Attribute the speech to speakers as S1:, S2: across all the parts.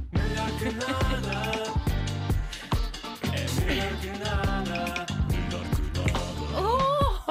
S1: que nada. É melhor que nada.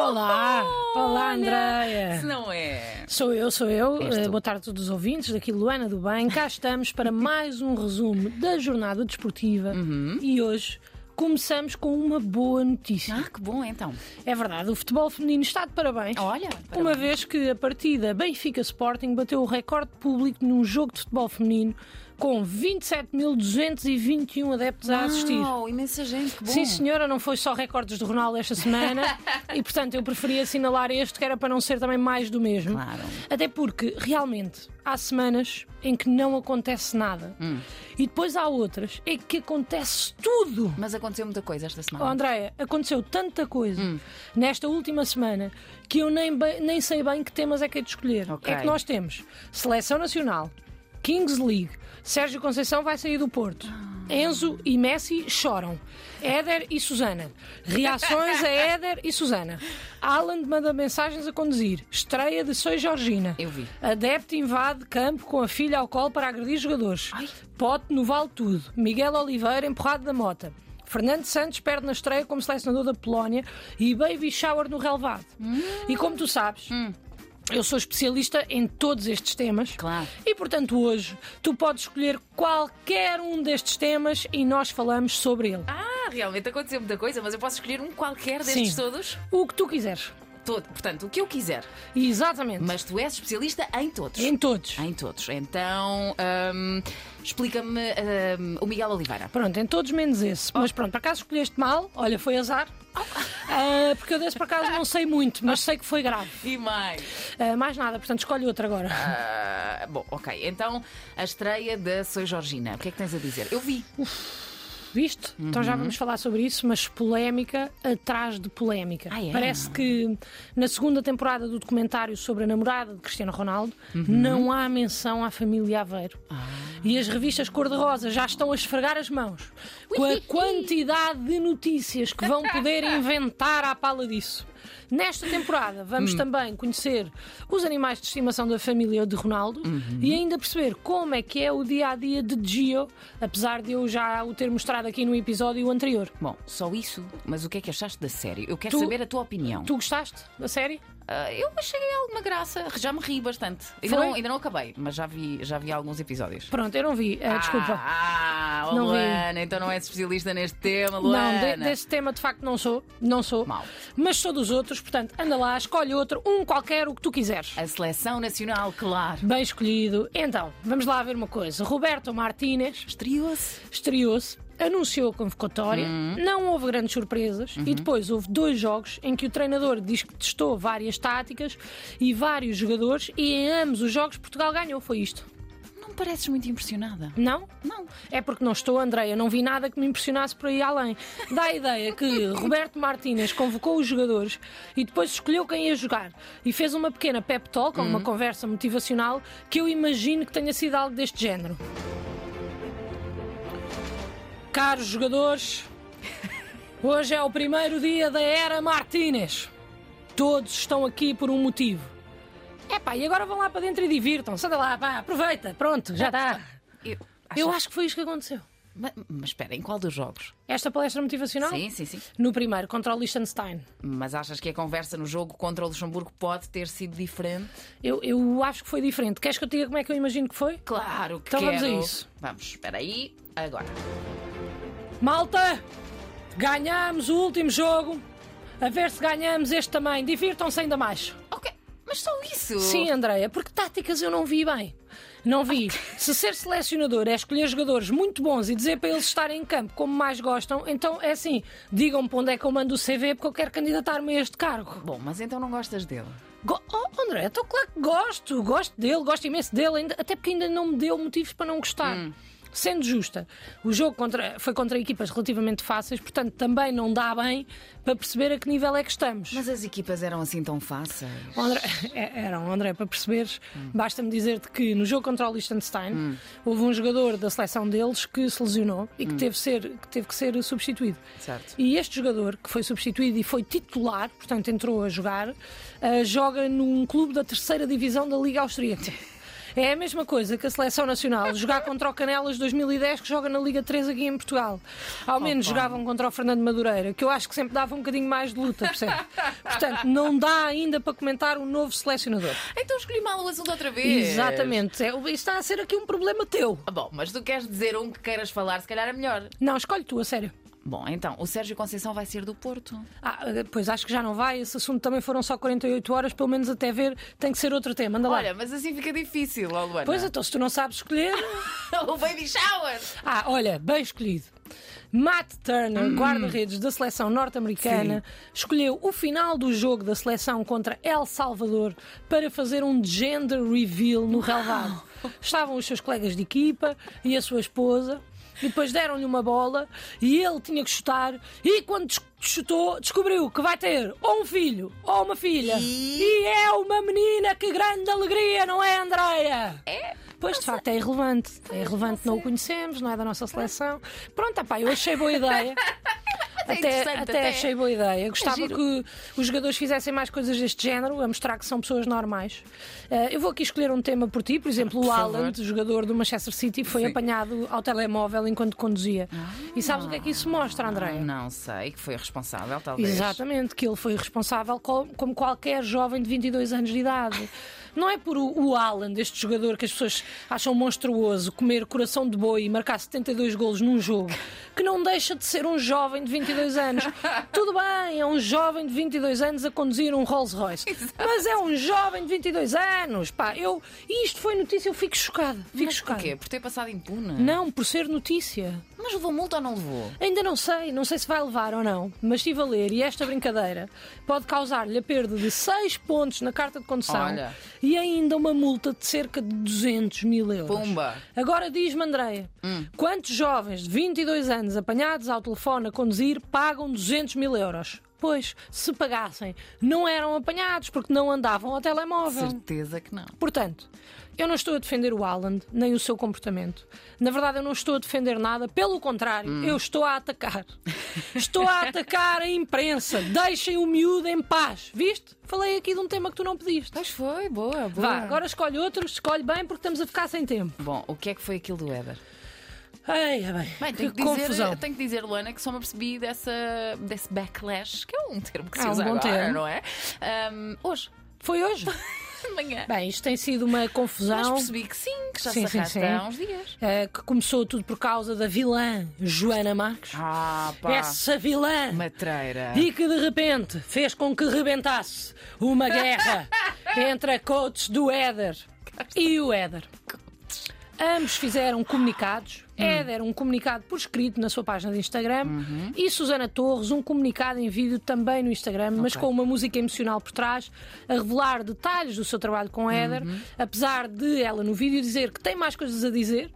S2: Olá! Olá,
S3: Olha,
S2: Andréia!
S3: Se não é.
S2: Sou eu, sou eu.
S3: És
S2: Eh,
S3: tu.
S2: Boa tarde a todos os ouvintes. Daqui Luana do Bem. Cá estamos para mais um resumo da jornada desportiva. E hoje começamos com uma boa notícia.
S3: Ah, que bom então.
S2: É verdade, o futebol feminino está de Oh, parabéns.
S3: Olha.
S2: Uma
S3: parabéns.
S2: vez que a partida Benfica Sporting bateu o recorde público num jogo de futebol feminino com 27.221 adeptos a assistir.
S3: Uau, imensa gente, que bom.
S2: Sim, senhora, não foi só recordes de Ronaldo esta semana e, portanto, eu preferia assinalar este, que era para não ser também mais do mesmo.
S3: Claro.
S2: Até porque, realmente, há semanas em que não acontece nada
S3: Hum.
S2: e depois há outras em que acontece tudo.
S3: Mas aconteceu muita coisa esta
S2: Oh,
S3: semana.
S2: Andréia, aconteceu tanta coisa
S3: Hum.
S2: nesta última semana que eu nem, bem- nem sei bem que temas é que é de escolher.
S3: Ok.
S2: É que nós temos Seleção Nacional, Kings League, Sérgio Conceição vai sair do Porto.
S3: Ah.
S2: Enzo e Messi choram. Éder e Susana. Reações a Éder e Susana. Alan manda mensagens a conduzir. Estreia de Soy Georgina.
S3: Eu vi.
S2: Adepto invade campo com a filha ao colo para agredir jogadores. Pote no vale tudo. Miguel Oliveira empurrado da mota. Fernando Santos perde na estreia como selecionador da Polónia e Baby Shower no relevado.
S3: Hum.
S2: E como tu sabes, eu sou especialista em todos estes temas.
S3: Claro.
S2: E portanto, hoje tu podes escolher qualquer um destes temas e nós falamos sobre ele.
S3: Ah, realmente aconteceu muita coisa, mas eu posso escolher um qualquer destes
S2: Sim.
S3: todos?
S2: O que tu quiseres.
S3: Todo. Portanto, o que eu quiser.
S2: Exatamente.
S3: Mas tu és especialista em todos.
S2: Em todos.
S3: Em todos. Então, hum, explica-me hum, o Miguel Oliveira.
S2: Pronto, em todos menos esse. Mas pronto, por acaso escolheste mal, olha, foi azar. Ah, porque eu desse por acaso não sei muito, mas sei que foi grave.
S3: E mais.
S2: Ah, mais nada, portanto, escolhe outro agora.
S3: Ah, bom, ok. Então, a estreia da Soy Georgina. O que é que tens a dizer? Eu vi.
S2: Viste? Então
S3: Uhum.
S2: já vamos falar sobre isso, mas polémica atrás de polémica.
S3: Ah, é?
S2: Parece que na segunda temporada do documentário sobre a namorada de Cristiano Ronaldo
S3: Uhum.
S2: não há menção à família Aveiro. E as revistas cor-de-rosa já estão a esfregar as mãos com a quantidade de notícias que vão poder inventar à pala disso. Nesta temporada vamos também conhecer os animais de estimação da família de Ronaldo e ainda perceber como é que é o dia a dia de Gio, apesar de eu já o ter mostrado aqui no episódio anterior.
S3: Bom, só isso. Mas o que é que achaste da série? Eu quero
S2: Tu-
S3: saber a tua opinião.
S2: Tu gostaste da série?
S3: Ah, eu achei alguma graça. Já me ri bastante. Ainda
S2: Foi?
S3: não, ainda não acabei, mas já vi, já vi alguns episódios.
S2: Pronto, eu não vi, eh, desculpa.
S3: Ah, oh,
S2: Não vi.
S3: Luana, então não és especialista neste tema, Luana.
S2: Não, de- desse tema de facto não sou, não sou.
S3: Mal.
S2: Mas sou dos outros, portanto, anda lá, escolhe outro, um qualquer, o que tu quiseres.
S3: A seleção nacional, claro.
S2: Bem escolhido. Então, vamos lá ver uma coisa. Roberto Martínez
S3: Estreou-se.
S2: estreou-se, anunciou a convocatória, não houve grandes surpresas e depois houve dois jogos em que o treinador diz que testou várias táticas e vários jogadores e em ambos os jogos Portugal ganhou. Foi isto?
S3: Não me pareces muito impressionada.
S2: Não?
S3: Não.
S2: É porque não estou, Andreia, não vi nada que me impressionasse por aí além. Dá a ideia que Roberto Martínez convocou os jogadores e depois escolheu quem ia jogar e fez uma pequena pep talk, ou uma conversa motivacional, que eu imagino que tenha sido algo deste género. Caros jogadores, hoje é o primeiro dia da era Martínez. Todos estão aqui por um motivo. Epá, e agora vão lá para dentro e divirtam-se. Anda lá, pá, aproveita, pronto, já está.
S3: Eu,
S2: Ah, Eu
S3: acho...
S2: acho que foi isto que aconteceu.
S3: mas, mas espera, em qual dos jogos?
S2: Esta palestra motivacional?
S3: Sim, sim, sim.
S2: No primeiro, contra o Liechtenstein.
S3: Mas achas que a conversa no jogo contra o Luxemburgo pode ter sido diferente?
S2: Eu, eu acho que foi diferente. Queres que eu te diga como é que eu imagino que foi?
S3: Claro que
S2: Então vamos a
S3: quero.
S2: isso.
S3: Vamos, espera aí. Agora.
S2: Malta! Ganhamos o último jogo. A ver se ganhamos este também. Divirtam-se ainda mais.
S3: Ok, mas só isso?
S2: Sim, Andreia, porque táticas eu não vi bem. Não vi. Se ser selecionador é escolher jogadores muito bons e dizer para eles estarem em campo como mais gostam, então é assim: digam-me para onde é que eu mando o CV porque eu quero candidatar-me a este cargo.
S3: Bom, mas então não gostas dele?
S2: Go oh, André, então claro que gosto, gosto dele, gosto imenso dele, ainda- até porque ainda não me deu motivos para não gostar. Sendo justa, o jogo contra- foi contra equipas relativamente fáceis, portanto também não dá bem para perceber a que nível é que estamos.
S3: Mas as equipas eram assim tão fáceis.
S2: André, é- era um André, para perceberes, basta-me dizer-te que no jogo contra o Liechtenstein houve um jogador da seleção deles que se lesionou e que, teve, ser- que teve que ser substituído.
S3: Certo.
S2: E este jogador, que foi substituído e foi titular, eh, portanto entrou a jogar, ah, joga num clube da terceira divisão da Liga Austríaca. É a mesma coisa que a seleção nacional jogar contra o Canelas 2010 que joga na Liga 3 aqui em Portugal. Ao menos jogavam contra o Fernando Madureira, que eu acho que sempre dava um bocadinho mais de luta, percebe? Portanto, não dá ainda para comentar o novo selecionador.
S3: Então escolhi mal o azul outra vez.
S2: Exatamente. É, isto está a ser aqui um problema teu.
S3: Ah, Bom, mas tu queres dizer um que queiras falar, se calhar é melhor.
S2: Não, escolhe tu, a sério.
S3: Bom, então, o Sérgio Conceição vai ser do Porto.
S2: Ah, pois acho que já não vai. Esse assunto também foram só 48 horas, pelo menos até ver. Tem que ser outro tema. Anda lá.
S3: Olha, mas assim fica difícil, ó Luana.
S2: pois então, se tu não sabes escolher.
S3: o Baby Shower!
S2: Ah, olha, bem escolhido. Matt Turner, guarda-redes da seleção norte-americana, escolheu o final do jogo da seleção contra El Salvador para fazer um gender reveal no relvado. Estavam os seus colegas de equipa e a sua esposa. E depois deram-lhe uma bola e ele tinha que chutar. E quando des- chutou, descobriu que vai ter ou um filho ou uma filha.
S3: E-
S2: E é uma menina, que grande alegria, não é, Andreia? É. Pois, de facto, é irrelevante. É irrelevante, não o conhecemos, não é da nossa seleção. Pronto, pá, eu achei boa ideia. Até,
S3: É interessante,
S2: até,
S3: até. É
S2: achei boa ideia. Eu gostava
S3: giro.
S2: que os jogadores fizessem mais coisas deste género, a mostrar que são pessoas normais. Eh, eu vou aqui escolher um tema por ti, por exemplo, o
S3: Por favor.
S2: Haaland, jogador do Manchester City, foi apanhado ao telemóvel enquanto conduzia. e sabes o que é que isso mostra, Andréia?
S3: Não sei, que foi responsável, talvez.
S2: Exatamente, que ele foi responsável co- como qualquer jovem de 22 anos de idade. Não é por o, o Alan, este jogador que as pessoas acham monstruoso, comer coração de boi e marcar 72 golos num jogo, que não deixa de ser um jovem de 22 anos. Tudo bem, é um jovem de 22 anos a conduzir um Rolls Royce. Mas é um jovem de 22 anos, pá. Eu, e isto foi notícia, eu fico chocada. Fico
S3: Mas
S2: chocada.
S3: porquê? Por ter passado impune?
S2: Não, por ser notícia.
S3: Mas levou multa ou não levou?
S2: Ainda não sei, não sei se vai levar ou não, mas estive a ler e esta brincadeira pode causar-lhe a perda de 6 pontos na carta de condução
S3: Olha.
S2: e ainda uma multa de cerca de 200 mil euros.
S3: Pumba. Hum.
S2: Agora diz-me, Andréia, quantos jovens de 22 anos apanhados ao telefone a conduzir pagam 200 mil euros? Pois, se pagassem, não eram apanhados porque não andavam ao telemóvel.
S3: Certeza que não.
S2: Portanto, eu não estou a defender o Haaland nem o seu comportamento. Na verdade, eu não estou a defender nada, pelo contrário, eu estou a atacar. estou a atacar a imprensa. Deixem o miúdo em paz. Viste? Falei aqui de um tema que tu não pediste.
S3: Pois foi, boa, boa.
S2: Vá, agora escolhe outro, escolhe bem porque estamos a ficar sem tempo.
S3: Bom, o que é que foi aquilo do Éder?
S2: Ai, é bem,
S3: Bem,
S2: que
S3: tenho que,
S2: confusão.
S3: dizer, tenho que dizer, Luana, que só me apercebi dessa, desse backlash, que é um termo que se
S2: Ah, um
S3: usa
S2: bom
S3: agora,
S2: termo.
S3: não é? Ahm, hoje,
S2: Foi hoje?
S3: de manhã.
S2: bem, isto tem sido uma
S3: Mas
S2: confusão.
S3: percebi que sim, que já
S2: Sim,
S3: se
S2: sim,
S3: arrasta
S2: sim.
S3: há uns dias.
S2: eh, que começou tudo por causa da vilã Joana Marques.
S3: Ah,
S2: Essa vilã.
S3: Matreira.
S2: e que de repente fez com que rebentasse uma guerra entre a coach do Éder e o Éder. Ambos fizeram comunicados. Éder, um comunicado por escrito na sua página de Instagram. E Susana Torres, um comunicado em vídeo também no Instagram, mas com uma música emocional por trás, a revelar detalhes do seu trabalho com Éder. Apesar de ela no vídeo dizer que tem mais coisas a dizer,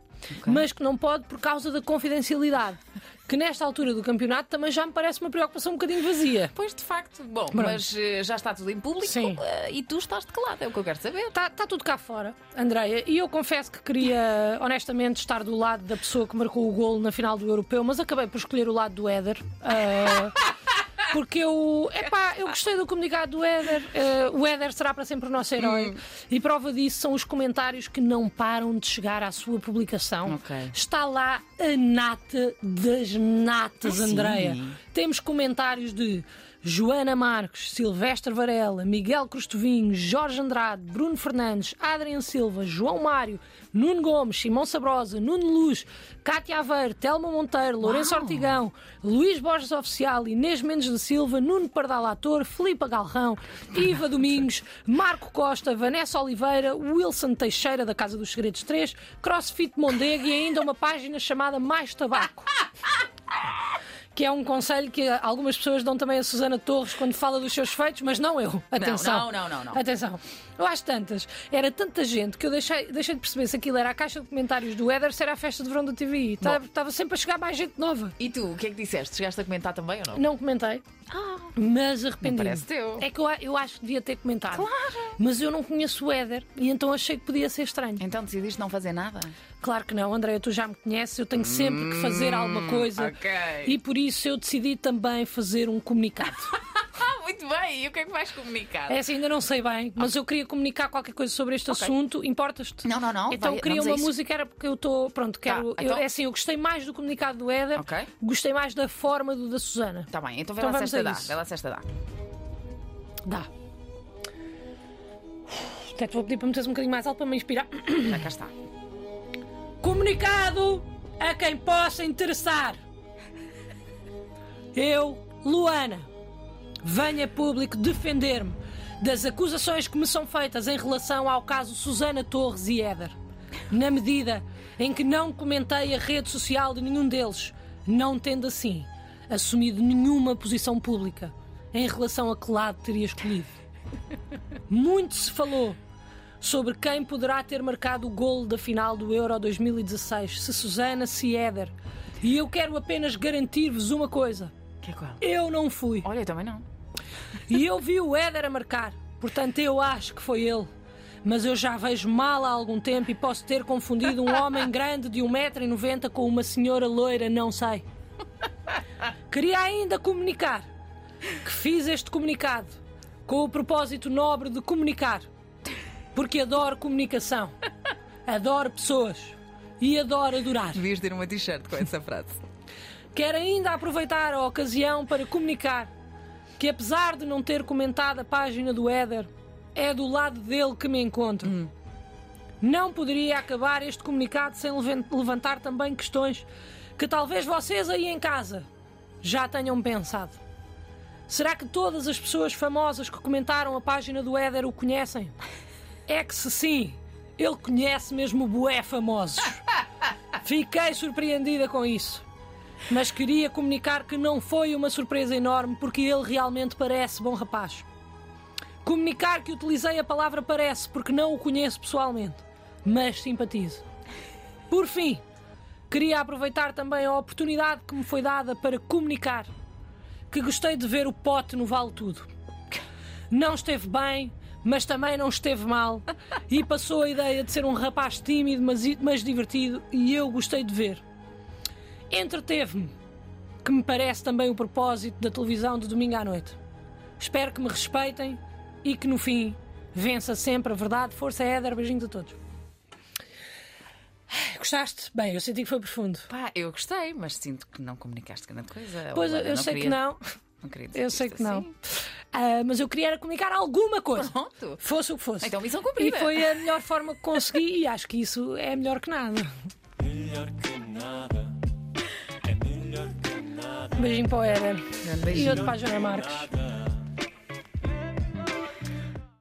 S2: mas que não pode por causa da confidencialidade. Que nesta altura do campeonato também já me parece uma preocupação um bocadinho vazia.
S3: Pois, de facto, bom, mas eh, já está tudo em público
S2: Sim.
S3: eh, e tu estás de que lado, é o que eu quero saber.
S2: Está tá, tudo cá fora, Andreia. E eu confesso que queria, honestamente, estar do lado da pessoa que marcou o golo na final do Europeu, mas acabei por escolher o lado do Éder. Ah, porque eu, epá, eu gostei do comunicado do Éder. Ah, o Éder será para sempre o nosso herói. E prova disso são os comentários que não param de chegar à sua publicação.
S3: Ok.
S2: Está lá a nata das natas,
S3: Ah, sim?
S2: Andreia. Temos comentários de Joana Marques, Silvestre Varela, Miguel Cristovinho, Jorge Andrade, Bruno Fernandes, Adrian Silva, João Mário, Nuno Gomes, Simão Sabrosa, Nuno Luz, Cátia Aveiro, Telma Monteiro, Lourenço Ortigão, Luís Borges Oficial, Inês Mendes da Silva, Nuno Pardal Ator, Filipe Galrão, Iva Domingos, Marco Costa, Vanessa Oliveira, Wilson Teixeira da Casa dos Segredos 3, Crossfit Mondego e ainda uma página chamada Mais Tabaco que é um conselho que algumas pessoas dão também a Susana Torres quando fala dos seus feitos, mas não eu. Atenção.
S3: não, não, não, não.
S2: Atenção. Eu às tantas, era tanta gente que eu deixei, deixei de perceber se aquilo era a caixa de comentários do Éder, se era a festa de verão do TVI. Estava, estava sempre a chegar mais gente nova.
S3: E tu, o que é que disseste? Chegaste a comentar também ou não?
S2: Não comentei, mas arrependi.
S3: Ah. parece teu.
S2: É que eu, a- eu acho que devia ter comentado. Claro. Mas eu não conheço o Éder e então achei que podia ser estranho.
S3: Então decidiste não fazer nada?
S2: Claro que não, Andréia, tu já me conheces, eu tenho sempre que fazer alguma coisa
S3: Hum, ok.
S2: e por isso eu decidi também fazer um comunicado.
S3: Ah, muito Muito bem, e o que é que vais comunicar?
S2: É assim, ainda não sei bem, mas eu queria comunicar qualquer coisa sobre este assunto. Importas-te?
S3: Não, não, não.
S2: Então
S3: Vai,
S2: queria
S3: vamos a
S2: uma
S3: isso.
S2: música, era porque eu estou. Pronto, quero. eu-
S3: então.
S2: é assim, eu gostei mais do comunicado do Éder,
S3: Ok.
S2: gostei mais da forma do da Susana.
S3: Tá bem, então vê
S2: Então
S3: lá se
S2: vamos
S3: esta
S2: a
S3: dá.
S2: isso.
S3: Vê lá se esta dá.
S2: Dá. Até te vou pedir para meteres um bocadinho mais alto para me inspirar.
S3: Já cá está.
S2: Comunicado a quem possa interessar. Eu, Luana, venho a público defender-me das acusações que me são feitas em relação ao caso Susana Torres e Éder, na medida em que não comentei a rede social de nenhum deles, não tendo assim assumido nenhuma posição pública em relação a que lado teria escolhido. Muito se falou sobre quem poderá ter marcado o golo da final do Euro 2016, se Susana, se Éder. E eu quero apenas garantir-vos uma coisa:
S3: Que é qual?
S2: eu não fui.
S3: Olha, eu também não.
S2: E eu vi o Éder a marcar, portanto eu acho que foi ele. Mas eu já vejo mal há algum tempo e posso ter confundido um homem grande de 1,90m com uma senhora loira, não sei. Queria ainda comunicar que fiz este comunicado com o propósito nobre de comunicar, porque adoro comunicação, adoro pessoas e adoro adorar.
S3: Devias ter uma t-shirt com essa frase.
S2: Quero ainda aproveitar a ocasião para comunicar que, apesar de não ter comentado a página do Éder, é do lado dele que me encontro. Não poderia acabar este comunicado sem leven- levantar também questões que talvez vocês aí em casa já tenham pensado. Será que todas as pessoas famosas que comentaram a página do Éder o conhecem? É que se sim, ele conhece mesmo bué famosos. Fiquei surpreendida com isso. Mas queria comunicar que não foi uma surpresa enorme, porque ele realmente parece bom rapaz. Comunicar que utilizei a palavra parece, porque não o conheço pessoalmente, mas simpatizo. Por fim, queria aproveitar também a oportunidade que me foi dada para comunicar que gostei de ver o pote no Vale Tudo. Não esteve bem, mas também não esteve mal, e passou a ideia de ser um rapaz tímido, mas, mas divertido, e eu gostei de ver entreteve-me, que me parece também o propósito da televisão de domingo à noite. Espero que me respeitem e que no fim vença sempre a verdade. Força, Éder, beijinhos a todos. Ai, Gostaste? Bem, eu senti que foi profundo.
S3: Pá, eu gostei, mas sinto que não comunicaste grande coisa.
S2: Pois eu,
S3: Olha,
S2: eu sei que
S3: queria-
S2: não,
S3: Não queria dizer
S2: eu sei
S3: isto
S2: que não.
S3: assim.
S2: Ah, mas eu queria era comunicar alguma coisa.
S3: Pronto.
S2: Fosse o que fosse.
S3: Então, missão cumprida.
S2: E foi a melhor forma que consegui e acho que isso é melhor que nada.
S1: Melhor que nada. É melhor que nada.
S2: Beijinho para o Éder.
S3: Grande
S2: E
S3: beijinho.
S2: outro para a Joana Marques.
S1: Nada.